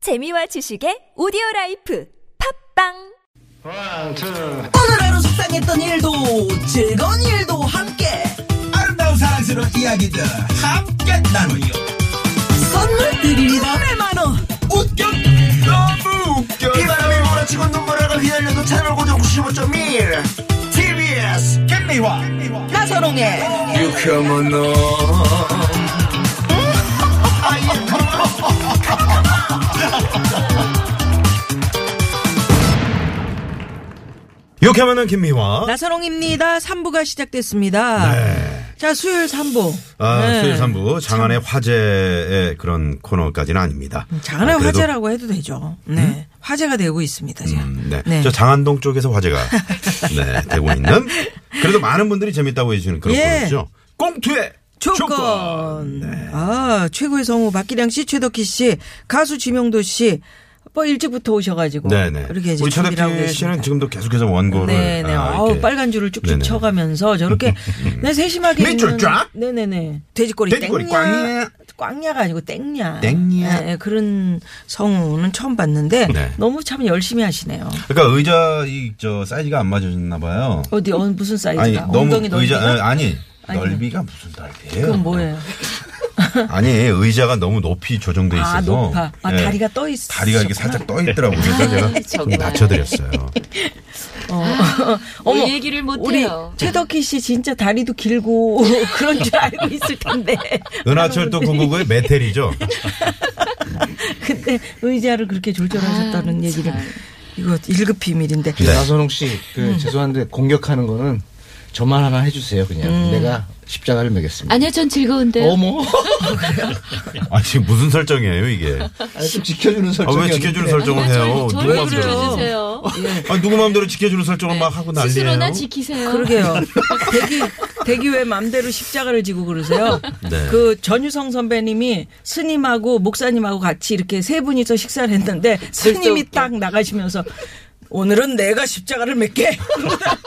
재미와 지식의 오디오 라이프 팝빵 One, two. 오늘 하루 속상했던 일도 즐거운 일도 함께 아름다운 사랑스러운 이야기들 함께 나누요 선물 드립니다 네, 100만원 웃겨 너무 웃겨 바람이 몰아치고 눈물을 휘날려도 채널 고정 95.1 TBS 김미화 나선홍의 욕하면은 김미화. 네. 나선홍입니다 3부가 시작됐습니다 자 수요일 3부 네. 아, 네. 수요일 3부 장안의 화제의 그런 코너까지는 아닙니다. 음, 장안의 아, 그래도, 화제라고 해도 되죠 네 화제가 되고 있습니다 지금 음, 네. 네. 저 장안동 쪽에서 화제가 네, 되고 있는 그래도 많은 분들이 재밌다고 해주시는 그런 예. 코너죠. 꽁투의 조건. 네. 아, 최고의 성우 박기량 씨, 최덕희 씨, 가수 지명도 씨. 뭐 일찍부터 오셔가지고 네네. 이렇게 이제 우리 어, 준비를 하고 최덕희 계십니다. 씨는 지금도 계속해서 원고를. 네네. 아, 아우 이렇게 빨간 줄을 쭉쭉 네네. 쳐가면서 저렇게 네 세심하게 밑줄 있는- 쫙? 네네네. 돼지꼬리, 돼지꼬리 땡냐. 꽝이야. 꽝야가 아니고 땡냐. 땡냐. 네, 그런 성우는 처음 봤는데 네. 너무 참 열심히 하시네요. 그러니까 의자 이 저 사이즈가 안 맞으셨나 봐요. 어디 어 무슨 사이즈가? 아니 너무 엉덩이 넓이가? 의자 아, 니 아니. 넓이가 무슨 넓이에요? 그건 뭐예요? 아니 의자가 너무 높이 조정돼 있어서 아 높아. 아 예. 다리가 떠 있어. 다리가 이렇게 살짝 떠 있더라고요. 그래서 제가 좀 정말. 낮춰드렸어요. 어머, 이그 얘기를 우리 못해요. 최덕희 씨 진짜 다리도 길고 그런 줄 알고 있을 텐데. 은하철도 999의 메텔이죠. 근데 의자를 그렇게 졸졸하셨다는 얘기를 이거 일급 비밀인데. 네. 나선홍 씨, 그 죄송한데 공격하는 거는 저만 하나 해주세요. 그냥 내가 십자가를 매겠습니다. 아니요, 전 즐거운데요. 어머, 뭐? 아 지금 무슨 설정이에요 이게? 아니, 좀 지켜주는 아, 설정. 왜 지켜주는 설정을 네. 해요? 누구 저를 마음대로? 지켜주세요. 아 누구 마음대로 지켜주는 설정을 막 하고 난리예요. 스스로나 지키세요. 아, 그러게요. 네. 대기 대기 왜 맘대로 십자가를 지고 그러세요? 네. 그 전유성 선배님이 스님하고 목사님하고 같이 이렇게 세 분이서 식사를 했는데 네, 스님이 딱 나가시면서 오늘은 내가 십자가를 맺게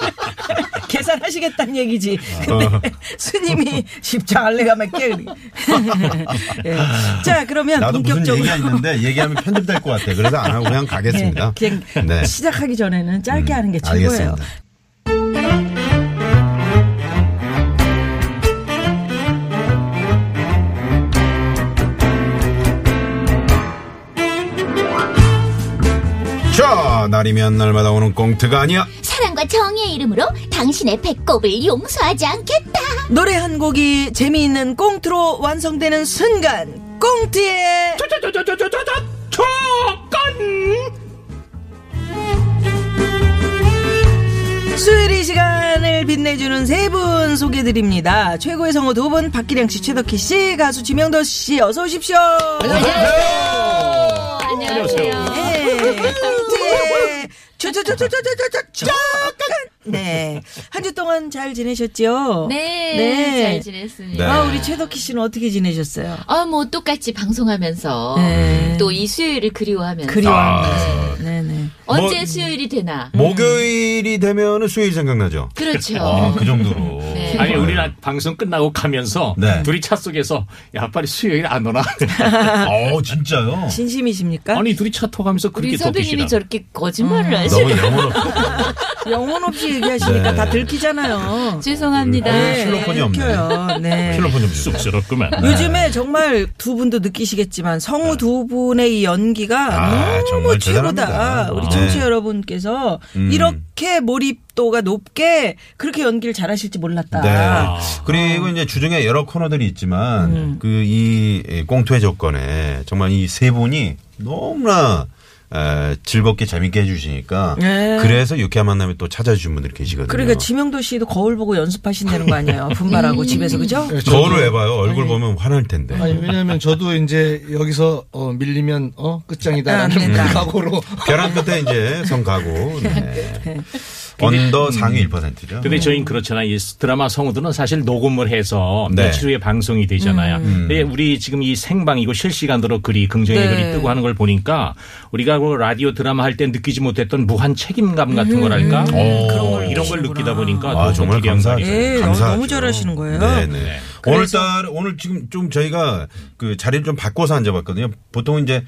계산하시겠다는 얘기지. 근데 어. 스님이 십자가를 내가 맺게. 예. 자 그러면 나도 무슨 본격적으로 얘기가 있는데 얘기하면 편집될 것 같아. 그래서 안 하고 그냥 가겠습니다. 예, 그냥 네. 음, 시작하기 전에는 짧게 하는 게 최고예요. 알겠습니다. 자, 날이면 날마다 오는 꽁트가 아니야. 사랑과 정의의 이름으로 당신의 배꼽을 용서하지 않겠다. 노래 한 곡이 재미있는 꽁트로 완성되는 순간 꽁트의 수요일 이 시간을 빛내주는 세 분 소개드립니다. 최고의 성우 두 분 박기량 씨, 최덕희 씨, 가수 지명도 씨 어서 오십시오. 안녕하세요. 네. 꽁트의 쪼쪼쪼쪼쪼쪼쪼쪼 네. 한 주 동안 잘 지내셨죠? 네, 네. 잘 지냈습니다. 네. 아, 우리 최덕희 씨는 어떻게 지내셨어요? 아, 뭐 똑같이 방송하면서 네. 어, 또 이 아. 수요일을 그리워하면서 그리워합니다. 네네. 언제 뭐- 수요일이 되나? 목요일이 되면은 수요일 생각나죠. 그렇죠. 아, 그 정도로. 네. 아니 우리는 방송 끝나고 가면서 네. 둘이 차 속에서 야 빨리 수요일 안 오나 어, 진짜요? 진심이십니까? 아니 둘이 차 타가면서 우리 그렇게 선배님이 덮이시나 저렇게 거짓말을 하시는 음. 너무 영혼없어. 영혼 없이 얘기하시니까 네. 다 들키잖아요. 죄송합니다. 네. 실로폰이 없네. 들켜요. 네. 실로폰 좀 주세요. 쑥스럽구만 네. 요즘에 정말 두 분도 느끼시겠지만 성우 두 분의 이 연기가 아, 너무 정말 최고다. 대단합니다. 우리 아. 청취 네. 여러분께서 음. 이렇게 몰입도가 높게 그렇게 연기를 잘하실지 몰랐다. 네. 그리고 이제 주중에 여러 코너들이 있지만 음. 그 이 꽁투의 조건에 정말 이 세 분이 너무나 에, 즐겁게 재밌게 해주시니까 네. 그래서 유쾌한 만남에 또 찾아주신 음. 분들이 계시거든요. 그러니까 지명도 씨도 거울 보고 연습하신다는 거 아니에요. 분발하고 집에서 그죠? 거울을 해봐요. 네. 얼굴 네. 보면 화날 텐데. 네, 아니 왜냐하면 저도 이제 여기서 어, 밀리면 어 안 끝장이다라는 된다. 각오로 벼랑 끝에 이제 성 가고 네. 언더 상위 1%죠. 근데 저희는 그렇잖아. 이 드라마 성우들은 사실 녹음을 해서 네. 음. 며칠 후에 방송이 되잖아요. 근데 우리 지금 이 생방이고 실시간으로 글이 긍정의 네. 글이 뜨고 하는 걸 보니까 우리가 그 라디오 드라마 할 때 느끼지 못했던 무한 책임감 같은 거랄까? 그런 걸 이런 걸 느끼다 보니까 음. 아, 너무 정말 기대한 감사, 날이죠. 예, 감사하죠. 너무 잘하시는 거예요. 네네. 오늘따라, 오늘 지금 좀 저희가 그 자리를 좀 바꿔서 앉아봤거든요. 보통 이제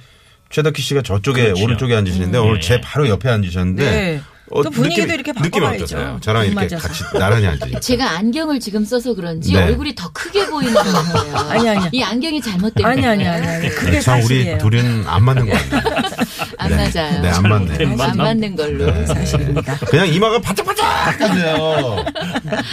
최덕희 씨가 저쪽에 그렇죠. 오른쪽에 앉으시는데 음. 오늘 예, 제 예. 바로 옆에 앉으셨는데 어, 네. 또 분위기도 이렇게 느낌이 바꿔봐야죠. 어떠세요? 저랑 이렇게 맞아서. 같이 나란히 앉으니까. 제가 안경을 지금 써서 그런지 네. 얼굴이 더 크게 보이는 것 같아요. 아니, 아니. 이 안경이 잘못된 아니 거예요. 아니 아니 아니 그게 네, 참 우리 사실이에요. 둘은 안 맞는 것 같네요. 안 네. 맞아요. 네, 안 맞네. 네. 잘못된 안 만남. 맞는 걸로. 사실입니다. 그냥 이마가 바짝바짝 하네요.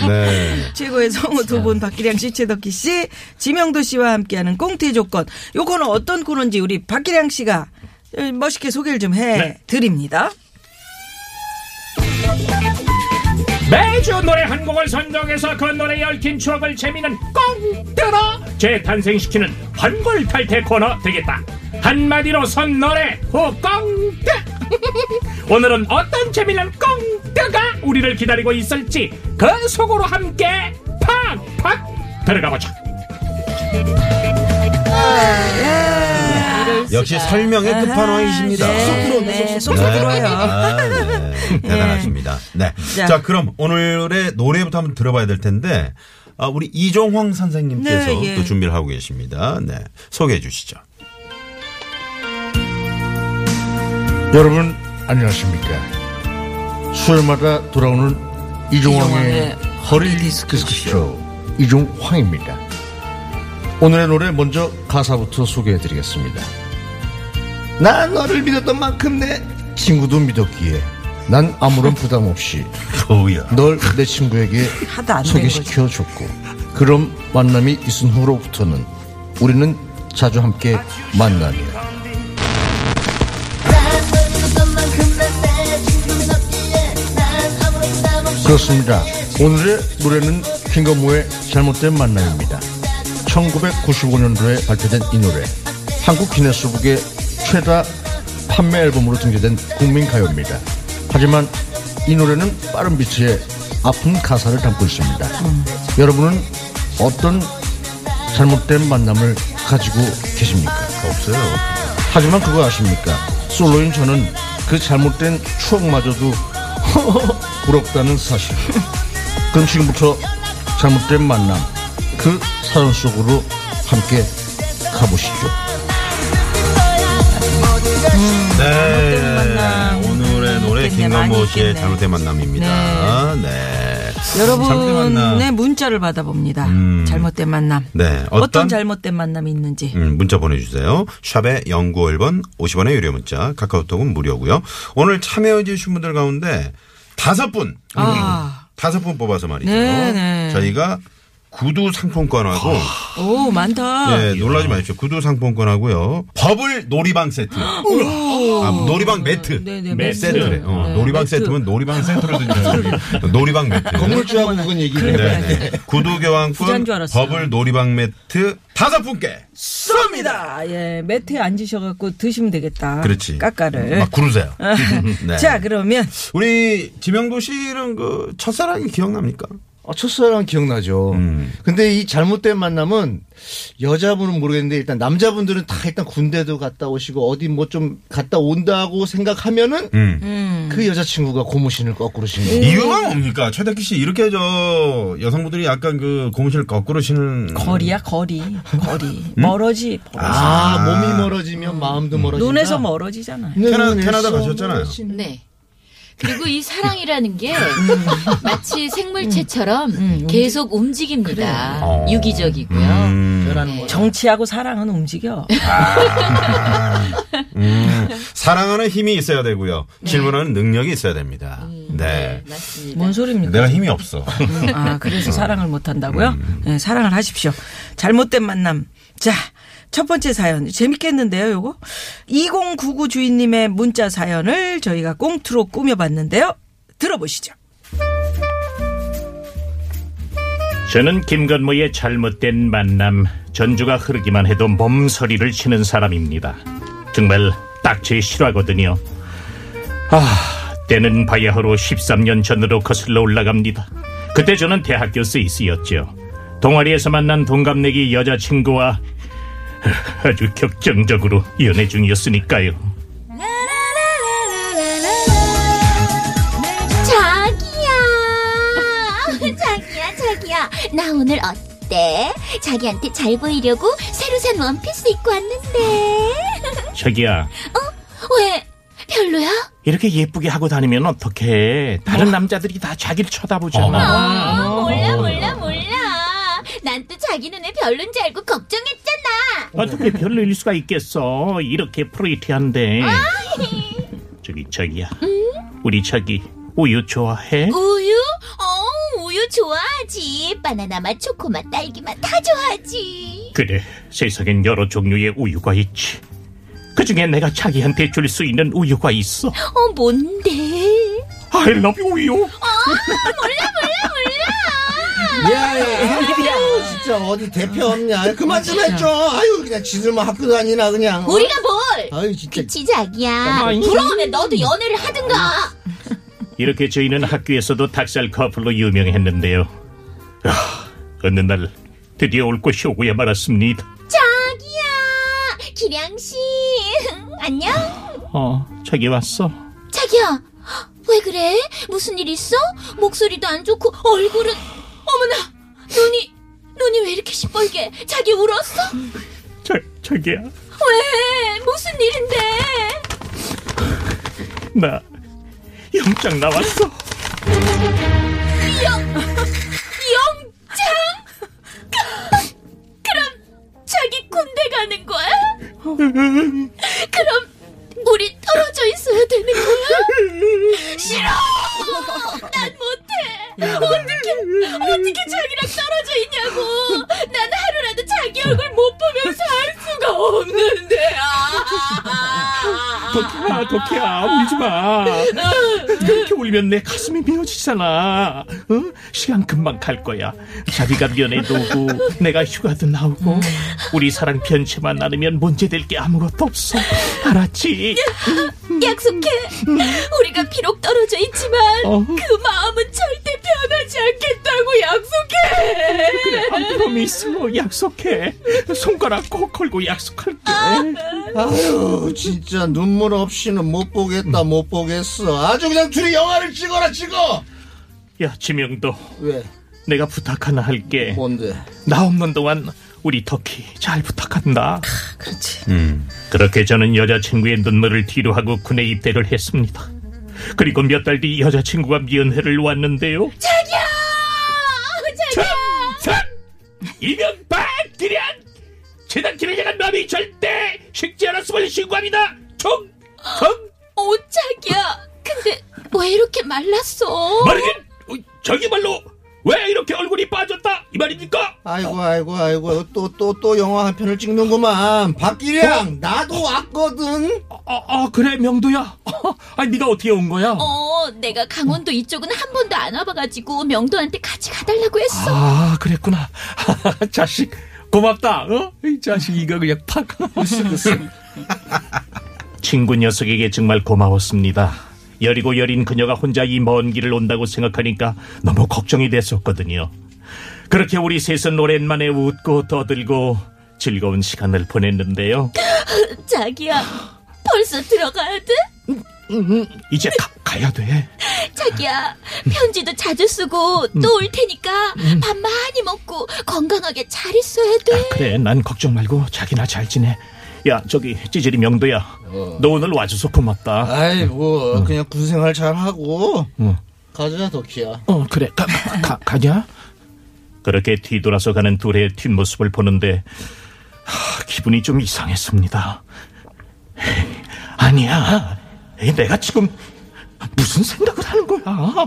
네. 최고의 성우 두 분 박기량 씨, 최덕기 씨, 지명도 씨와 함께하는 꽁트의 조건. 요거는 어떤 코너인지 우리 박기량 씨가 어, 멋있게 소개를 좀 해 드립니다. 매주 노래 한 곡을 선정해서 그 노래에 얽힌 추억을 재미는 꽁뜨러 재탄생시키는 환골탈태 코너 되겠다 한마디로 선 노래 후 꽁뜨 오늘은 어떤 재미난 꽁뜨가 우리를 기다리고 있을지 그 속으로 함께 팍팍 들어가보자 이럴 네. 역시 수가. 설명의 끝판왕이십니다. 네, 쏙쏙 들어요. 예. 아, 네. 대단하십니다. 네. 자. 자. 그럼 오늘의 노래부터 한번 들어봐야 될 텐데, 아, 우리 이종황 선생님께서 네, 예. 또 준비를 하고 계십니다. 네. 소개해 주시죠. 여러분 안녕하십니까 수요일마다 돌아오는 이종황의 이종황의 허리 디스크쇼 이종황입니다 오늘의 노래 먼저 가사부터 소개해드리겠습니다 난 너를 믿었던 만큼 내 친구도 믿었기에 난 아무런 부담 없이 오우야. 널 내 친구에게 하도 안된 소개시켜 줬고 그럼 만남이 있은 후로부터는 우리는 자주 함께 만나며 그렇습니다. 오늘의 노래는 킹거무의 잘못된 만남입니다. 1995년도에 발표된 이 노래 한국 기네스북의 최다 판매 앨범으로 등재된 국민 가요입니다. 하지만 이 노래는 빠른 비트에 아픈 가사를 담고 있습니다. 여러분은 어떤 잘못된 만남을 가지고 계십니까? 없어요. 하지만 그거 아십니까? 솔로인 저는 그 잘못된 추억마저도 부럽다는 사실. 그럼 지금부터 잘못된 만남, 그 사연 속으로 함께 가보시죠. 네. 오늘의 노래 있겠네, 김건모 많이 씨의 있겠네. 잘못된 만남입니다. 네. 잘못된 만남. 음. 여러분의 네. 문자를 받아봅니다. 잘못된 만남. 네. 어떤, 어떤, 잘못된 만남이 있는지. 음, 문자 보내주세요. 샵에 0951번 50원의 유료 문자, 카카오톡은 무료고요 오늘 참여해주신 분들 가운데 다섯 분, 아. 음, 다섯 분 뽑아서 말이죠. 네네. 저희가 구두 상품권하고, 오, 많다. 예, 놀라지 마십시오. 구두 상품권하고요. 버블 놀이방 세트. 아, 놀이방 매트. 어. 네네, 네, 매트. 세트래. 어, 놀이방 매트. 세트면 놀이방 세트로 드리는 놀이방 매트. 건물주하고 묵은 얘기. 그래, 그래. 네. 구두 부자인 교환권, 줄 알았어요. 버블 놀이방 매트 다섯 분께. 쏩니다. 예, 매트에 앉으셔갖고 드시면 되겠다. 그렇지. 아, 음, 까까를. 막 구르세요. 네. 자, 그러면 우리 지명도 씨는 그 첫사랑이 기억납니까? 음. 아, 첫사랑 기억나죠. 근데 이 잘못된 만남은 여자분은 모르겠는데 일단 남자분들은 다 일단 군대도 갔다 오시고 어디 뭐 좀 갔다 온다고 생각하면은 그 여자친구가 고무신을 거꾸로 신고 음. 이유가 뭡니까? 최덕기 씨 이렇게 저 여성분들이 약간 그 고무신을 거꾸로 신는 거리야, 거리. 거리. 음? 멀어지. 멀어지. 아, 몸이 멀어지면 마음도 멀어진다. 눈에서 뭐 멀어지잖아요. 캐나- 음. 눈에서 캐나다 가셨잖아요. 멀어지는 네. 그리고 이 사랑이라는 게 음. 마치 생물체처럼 계속 움직입니다. 어. 유기적이고요. 음. 거라는 거죠. 정치하고 사랑은 움직여. 음, 사랑하는 힘이 있어야 되고요. 질문하는 능력이 있어야 됩니다. 네. 맞습니다. 뭔 소리입니까? 내가 힘이 없어. 아, 그래서 사랑을 못 한다고요? 네, 사랑을 하십시오. 잘못된 만남. 자, 첫 번째 사연. 재밌겠는데요, 요거? 2099 주인님의 문자 사연을 저희가 꽁트로 꾸며봤는데요. 들어보시죠. 저는 김건모의 잘못된 만남 전주가 흐르기만 해도 몸서리를 치는 사람입니다. 정말 딱 제 실화거든요. 아 때는 바야흐로 13년 전으로 거슬러 올라갑니다. 그때 저는 대학교 세이스였죠. 동아리에서 만난 동갑내기 여자친구와 아주 격정적으로 연애 중이었으니까요. 자기야 자기야 자기야 나 오늘 어때? 자기한테 잘 보이려고 새로 산 원피스 입고 왔는데 저기야 왜? 별로야? 이렇게 예쁘게 하고 다니면 어떡해 다른 남자들이 다 자기를 쳐다보잖아 아, 몰라 몰라 몰라. 난 또 자기 눈에 별론 줄 알고 걱정했잖아. 어떻게 별로일 수가 있겠어 이렇게 프로이트한데 저기 저기야 우리 저기 우유 좋아해? 우유? 어, 우유 좋아하지. 바나나 맛, 초코 맛, 딸기 맛 다 좋아하지. 그래 세상엔 여러 종류의 우유가 있지 그중에 내가 자기한테 줄 수 있는 우유가 있어 어, 뭔데? I love you 우유 야, 야, 진짜 어디 대표 없냐? 그만 좀 해줘. 아유, 그냥 지들만 학교 다니나 그냥. 우리가 뭘? 아유, 진짜. 그치 자기야. 부러우면 너도 연애를 하든가. 이렇게 저희는 학교에서도 닭살 커플로 유명했는데요. 아, 어느 날 드디어 올 곳이 오고야 말았습니다. 자기야. 기량 씨. 안녕. 어, 자기 왔어. 자기야. 왜 그래? 무슨 일 있어? 목소리도 안 좋고 얼굴은 어머나. 눈이 눈이 왜 이렇게 시뻘게? 자기 울었어? 자, 자기야, 왜? 무슨 일인데? 나 영장 나왔어. 영장? 그럼 자기 군대 가는 거야? 그럼 우리 떨어져 있어야 되는 거야? 싫어! 난 못해! 어떻게, 어떻게 자기랑 떨어져 있냐고! 난 하루라도 자기 얼굴 못 보면서 할 수가 없는데! 아. 도키야, 도키야, 울지 마. 그렇게 울면 내 가슴이 미어지잖아. 어? 시간 금방 갈 거야. 자비가 면회도 오고, 내가 휴가도 나오고, 우리 사랑 편지만 나누면 문제될 게 아무것도 없어. 알았지? 약속해. 우리가 비록 떨어져 있지만 어. 그 마음은 절대 변하지 않겠다고 약속해. 안 프로미스 약속해 손가락 꼭 걸고 약속할게 아유, 진짜 눈물 없이는 못 보겠다, 못 보겠어. 아주 그냥 둘이 영화를 찍어라, 찍어! 야 지명도 왜? 내가 부탁 하나 할게 뭔데? 나 없는 동안 우리 터키 잘 부탁한다 아, 그렇지. 그렇게 저는 여자친구의 눈물을 뒤로하고 군에 입대를 했습니다 그리고 몇 달 뒤 여자친구가 면회를 왔는데요 자기야, 자기야. 참! 이명박 기련 재단팀에 대한 마음이 절대 식지 않았음을 신고합니다 총! 총! 오 자기야. 근데 왜 이렇게 말랐어? 말이긴 저기말로 왜 이렇게 얼굴이 빠졌다 이 말입니까? 아이고, 아이고, 아이고. 또, 또, 또 영화 한 편을 찍는구만. 박기량, 나도 왔거든. 아, 아, 그래 명도야. 아니 네가 어떻게 온 거야? 어, 내가 강원도 이쪽은 한 번도 안 와봐가지고 명도한테 같이 가달라고 했어. 아 그랬구나. 자식 고맙다. 어? 이 자식 이거 그냥 팍. 친구 녀석에게 정말 고마웠습니다. 여리고 여린 그녀가 혼자 이 먼 길을 온다고 생각하니까 너무 걱정이 됐었거든요. 그렇게 우리 셋은 오랜만에 웃고 떠들고 즐거운 시간을 보냈는데요. 자기야, 벌써 들어가야 돼? 이제 가, 가야 돼. 자기야, 편지도 자주 쓰고 음. 또 올 테니까 밥 많이 먹고 건강하게 잘 있어야 돼. 아, 그래, 난 걱정 말고 자기나 잘 지내. 야, 저기 찌질이 명도야. 너 오늘 와줘서 고맙다. 뭐, 음. 아이고, 그냥 군생활 잘하고. 응. 가자, 도키야. 어, 그래. 가, 가, 가냐? 그렇게 뒤돌아서 가는 둘의 뒷모습을 보는데 하, 기분이 좀 이상했습니다. 아니야. 내가 지금 무슨 생각을 하는 거야?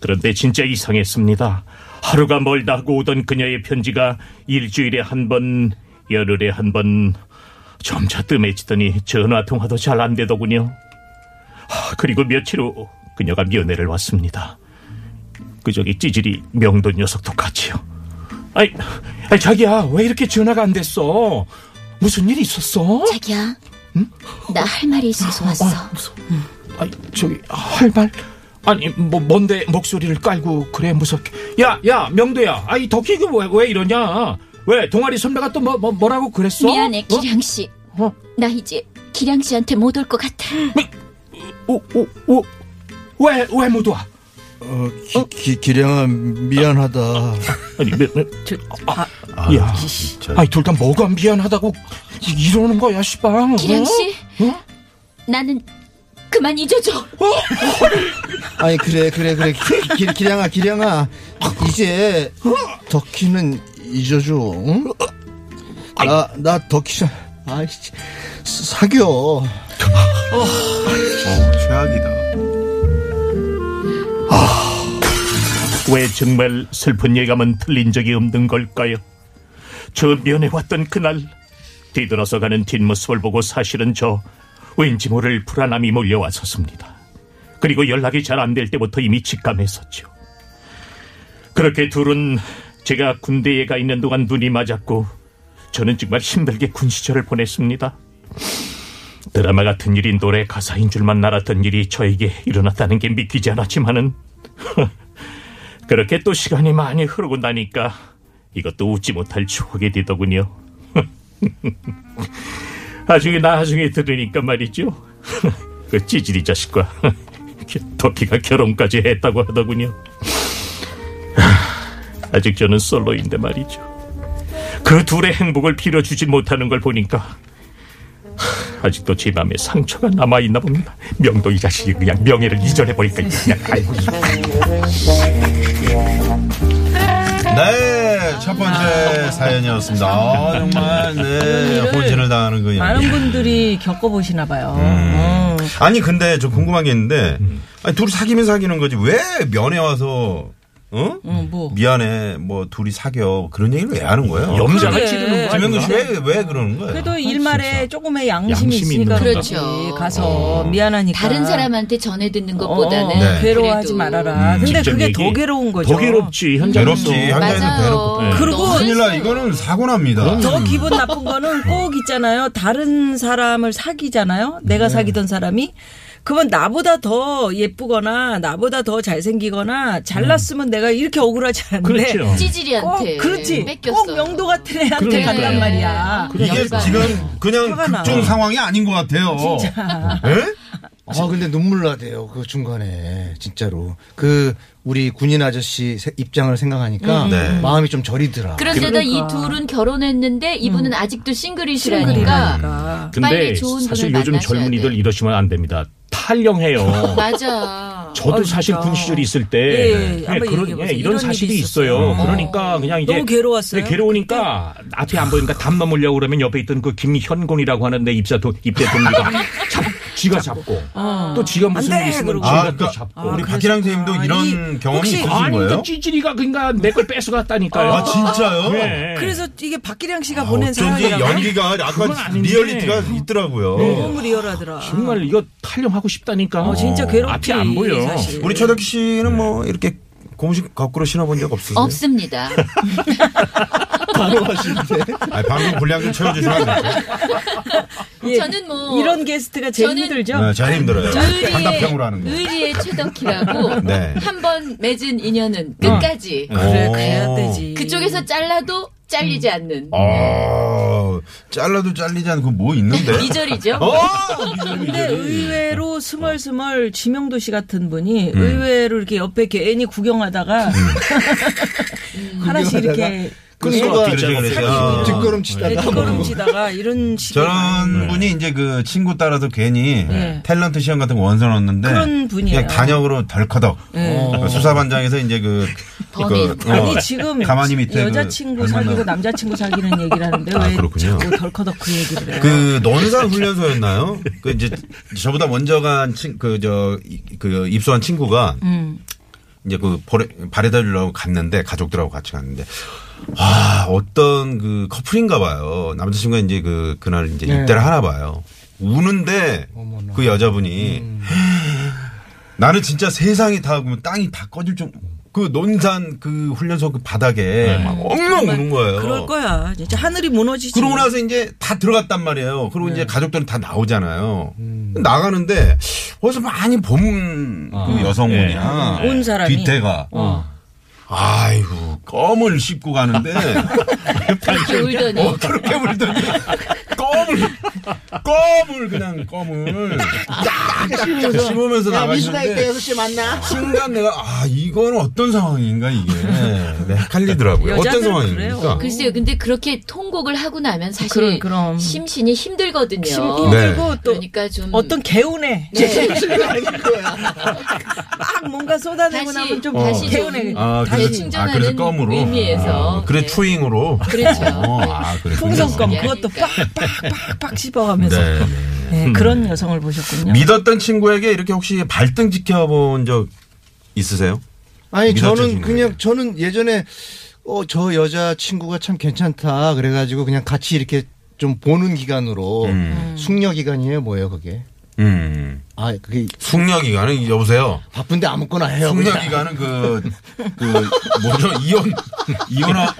그런데 진짜 이상했습니다. 하루가 멀다 하고 오던 그녀의 편지가 일주일에 한 번, 열흘에 한 번, 점차 뜸해지더니 전화통화도 잘 안 되더군요. 하, 그리고 며칠 후 그녀가 면회를 왔습니다. 그 저기 찌질이 명도 녀석도 같이요. 아이, 아이, 자기야 왜 이렇게 전화가 안 됐어? 무슨 일 있었어? 자기야, 나 할 말이 있어서 왔어. 아이, 저기 할 말? 아니 뭐 뭔데 목소리를 깔고 그래 무섭게? 야, 야 명도야, 아이 덕희 그왜 왜 이러냐? 왜 동아리 선배가 또 뭐 뭐, 뭐라고 그랬어? 미안해, 기량 씨. 어? 나 이제 기량 씨한테 못 올 것 같아. 오, 오, 오, 왜왜 못 와? 어, 기, 기, 기량아 미안하다. 아니, 명, 저, 아, 아, 야. 진짜. 아이 둘 다 뭐가 미안하다고 이- 이러는 거야, 씨발. 기량 씨, 어? 나는 그만 잊어줘. 아니 그래 그래 그래 기- 기, 기량아 기량아 이제 덕키는 잊어줘 응? 아, 나나 덕키 아이씨 사겨 어, 최악이다. 왜 정말 슬픈 예감은 틀린 적이 없는 걸까요? 저 면회 왔던 그날 뒤돌아서 가는 뒷모습을 보고 사실은 저 왠지 모를 불안함이 몰려왔었습니다. 그리고 연락이 잘 안 될 때부터 이미 직감했었죠. 그렇게 둘은 제가 군대에 가 있는 동안 눈이 맞았고 저는 정말 힘들게 군 시절을 보냈습니다. 드라마 같은 일인 노래 가사인 줄만 알았던 일이 저에게 일어났다는 게 믿기지 않았지만은 그렇게 또 시간이 많이 흐르고 나니까 이것도 웃지 못할 추억이 되더군요. 나중에 나중에 들으니까 말이죠. 그 찌질이 자식과 토끼가 결혼까지 했다고 하더군요. 아직 저는 솔로인데 말이죠. 그 둘의 행복을 빌어주지 못하는 걸 보니까 아직도 제 마음에 상처가 남아있나 봅니다. 명동이 자식이 그냥 명예를 이전해버릴까 그냥 아이고 네, 첫 번째 사연이었습니다. 아, 정말, 네, 혼진을 당하는 그 많은 연기. 분들이 겪어보시나 봐요. 음. 아니, 근데 저 궁금한 게 있는데, 아니, 둘이 사귀면 사귀는 거지. 왜 면회 와서, 어? 음, 뭐. 미안해, 뭐, 둘이 사겨. 그런 얘기를 왜 하는 거예요? 염장을 그러게. 찌르는 거 김영근 아닌가? 씨 왜, 왜 그러는 거예요? 그래도 일말에 조금의 양심이, 양심이 있으니까 있는 그렇지. 건가? 가서 미안하니까. 아, 아. 다른 사람한테 전해 듣는 어, 것보다는 네. 괴로워하지 그래도- 말아라. 근데 직접 그게 얘기. 더 괴로운 거죠. 음. 네. 더 괴롭지 현장에서 괴롭지. 현장에서 괴롭고. 맞아요. 네. 그리고 너무 큰일 나, 이거는 사고 납니다. 더 기분 나쁜 거는 꼭 있잖아요. 다른 사람을 사귀잖아요. 네. 내가 사귀던 사람이. 그건 나보다 더 예쁘거나 나보다 더 잘생기거나 잘났으면 내가 이렇게 억울하지 않은데. 네. 그렇죠. 꼭 찌질이한테 그렇지. 네. 뺏겼어요. 꼭 명도 같은 애한테 그러니까요. 간단 말이야. 이게 열받아요. 지금 그냥 화가 나. 극중 상황이 아닌 것 같아요. 예? 아 근데 눈물 나대요 그 중간에 진짜로 그 우리 군인 아저씨 세- 입장을 생각하니까 네. 마음이 좀 저리더라 그런데다 그러니까. 이 둘은 결혼했는데 이분은 아직도 싱글이시라니까. 싱글이라니까. 음. 근데 빨리 좋은 사실 분을 요즘 만나셔야 젊은이들 네. 돼. 이러시면 안 됩니다. 탈영해요. 맞아. 저도 어, 사실 아, 진짜. 군 시절이 있을 때 예, 예, 한번 그런 얘기해보세요. 예, 이런 이런 사실이 일이 있었어요. 있어요. 그러니까 그냥 이제 너무 괴로웠어요? 네, 괴로우니까 앞에 안 보이니까 담 넘으려고 그러면 옆에 있던 그 김현곤이라고 하는데 입사 도, 입대 동료가 잡, 쥐가 잡고 또 쥐가 무슨 아, 안 일이 돼! 있으면 그러고. 쥐가 아, 또 그러니까 잡고 우리 박희랑 선생님도 아, 이런 이- 경험이 혹시- 있으신 아니 거예요? 그 찌질이가 그러니까 내 걸 뺏어갔다니까요. 아, 진짜요? 아, 네. 그래서 이게 박기량 아, 씨가 보낸 어쩐지 사연이라고. 연기가 그건 약간 아닌데. 리얼리티가 있더라고요. 너무 리얼하더라. 어. 정말 이거 탈영하고 싶다니까. 어, 진짜 괴롭지. 앞이 안 보여. 사실. 우리 최덕 씨는 뭐 이렇게 고무신 거꾸로 신어본 적 없으세요? 없습니다. 아니, 방금 분량 좀 채워주시면 안 돼요? 예. 저는 뭐 이런 게스트가 제일 저는- 힘들죠. 네, 제가 힘들어요. 의리의 단답형으로 하는 거. 의리의 최덕희라고 네. 어. 한 번 맺은 인연은 끝까지 그래 어. 오. 가야 음. 되지. 그쪽에서 잘라도 잘리지 않는 어. 아, 잘라도 잘리지 않고 뭐 있는데? 미절이죠. 어! 근데 의외로 스멀스멀 지명도 씨 같은 분이 음. 의외로 이렇게 옆에 이렇게 애니 구경하다가 음. 하나씩 이렇게 네, 그 예. 소가 뒤로 저기 저기 뒷걸음 치다가 뭐 걸음 치다가 이런 식의 저런 네. 분이 이제 그 친구 따라서 괜히 탤런트 시험 같은 거 원서 넣었는데 그런 분이에요. 네. 그냥 단역으로 덜커덕 어, 수사반장에서 이제 그, 범인. 아니 지금 어, 가만히 밑에 여자친구 그, 사귀고 얼마나- 남자친구 사귀는 얘기를 하는데 아, 왜 그렇군요. 자꾸 덜커덕 그 얘기를 해요? 그 논산 훈련소였나요? 그 이제 저보다 먼저 간그저그 입소한 친구가 이제 그 보레, 발에다 주려고 갔는데 가족들하고 같이 갔는데 와 어떤 그 커플인가 봐요. 남자친구가 이제 그 그날 이제 입대를 하나 봐요. 우는데 그 여자분이 나는 진짜 세상이 다 그러면 땅이 다 꺼질 좀 그 논산 그 훈련소 그 바닥에 막 엉망 우는 거예요. 그럴 거야. 진짜 하늘이 무너지지. 어. 그러고 나서 이제 다 들어갔단 말이에요. 그리고 이제 가족들은 다 나오잖아요. 나가는데 어디서 많이 본그 여성분이야. 네. 온 사람이. 뒤태가. 아이고 껌을 씹고 가는데 이렇게 울더니 어, 그렇게 울더니 껌을 껌을 그냥 껌을 딱딱 씹으면서 야, 미수가 이때 나가시는데 6시 만나? 순간 내가 아 이거는 어떤 상황인가 이게 네, 헷갈리더라고요. 어떤 여자들은 상황입니까? 그래요. 글쎄요, 근데 그렇게 통곡을 하고 나면 사실 그럼, 그럼. 심신이 힘들거든요. 어. 심 네. 힘들고 또 그러니까 네. 좀 어떤 개운해. 막 뭔가 쏟아내고 다시- 나면 좀 다시 개운해. 좀- 아, 그래서, 다시 아, 그래서 충전하는 껌으로. 의미에서. 아, 그래, 네. 추잉으로. 그렇죠. 어, 아, 그래. 풍선껌 네. 그래서 그것도 그러니까. 빡빡빡빡 씹어가면서 네. 네, 음. 그런 여성을 보셨군요. 믿었던 친구에게 이렇게 혹시 발등 지켜본 적 있으세요? 아니 저는 밀어주시는 거예요. 그냥 저는 예전에 어 저 여자 친구가 참 괜찮다 그래가지고 그냥 같이 이렇게 좀 보는 기간으로 음. 숙려 기간이에요 뭐예요 그게 음. 아 그게 숙녀 기간은 여보세요. 바쁜데 아무거나 해요 숙녀 그냥. 기간은 그, 그, 뭐죠? 이혼, 이혼하,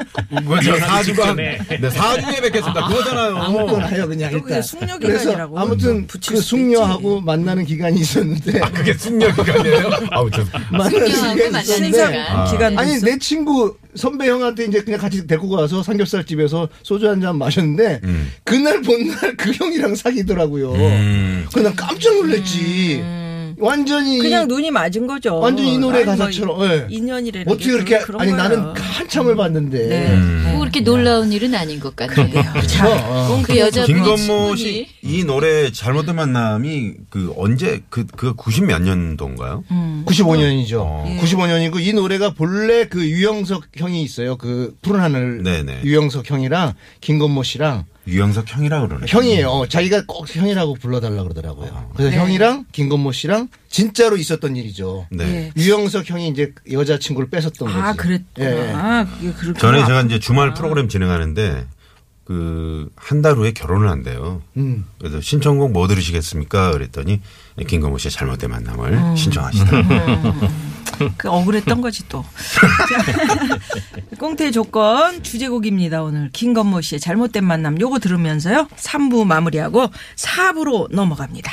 뭐죠? 사주간. 직전에. 네, 사주에 뵙겠습니다. 그거잖아요. 아무거나 해요 그냥 그게 일단 숙려 그래서 기간이라고 음. 아무튼 붙일 그 수도 숙려하고 만나는 기간이 있었는데 아, 그게 숙녀 기간이에요? 아우, 죄송. 만나는 숙녀하고 기간이 만나는 신상 있었는데 기간. 기간 아니 내 친구 선배 형한테 이제 그냥 같이 데리고 가서 삼겹살 집에서 소주 한 잔 마셨는데 음. 그날 본날 그 형이랑 사귀더라고요. 음. 그난 깜짝 놀랐지. 완전히 그냥 이- 눈이 맞은 거죠. 완전 이 노래 아니, 뭐 가사처럼, 예. 인연이라는 어떻게 게 그렇게 그런 아니 거야. 나는 음. 한참을 봤는데 네. 뭐 이렇게 놀라운 일은 아닌 것 같네요. 어, 그 여자분이 그러니까. 김건모 친구니? 씨 이 노래 잘못된 만남이 그 언제 그 그 90 몇 년도인가요? 95년이죠. 예. 어. 95년이고 이 노래가 본래 그 유영석 형이 있어요. 그 푸른 하늘 네네. 유영석 형이랑 김건모 씨랑 유영석 형이라 그러네. 형이에요. 어, 자기가 꼭 형이라고 불러달라 아. 그러더라고요. 그래서 네. 형이랑 김건모 씨랑 진짜로 있었던 일이죠. 네. 유영석 형이 이제 여자친구를 뺏었던 거지. 아 그랬구나. 예, 예. 아 그게 그렇구나. 전에 제가 이제 주말 프로그램 진행하는데 그 한 달 후에 결혼을 한대요. 그래서 신청곡 뭐 들으시겠습니까? 그랬더니 김건모 씨의 잘못된 만남을 신청하시더라고요. 그 억울했던 거지 또. 자, 꽁트의 조건 주제곡입니다 오늘 김건모 씨의 잘못된 만남 요거 들으면서요 3부 마무리하고 4부로 넘어갑니다.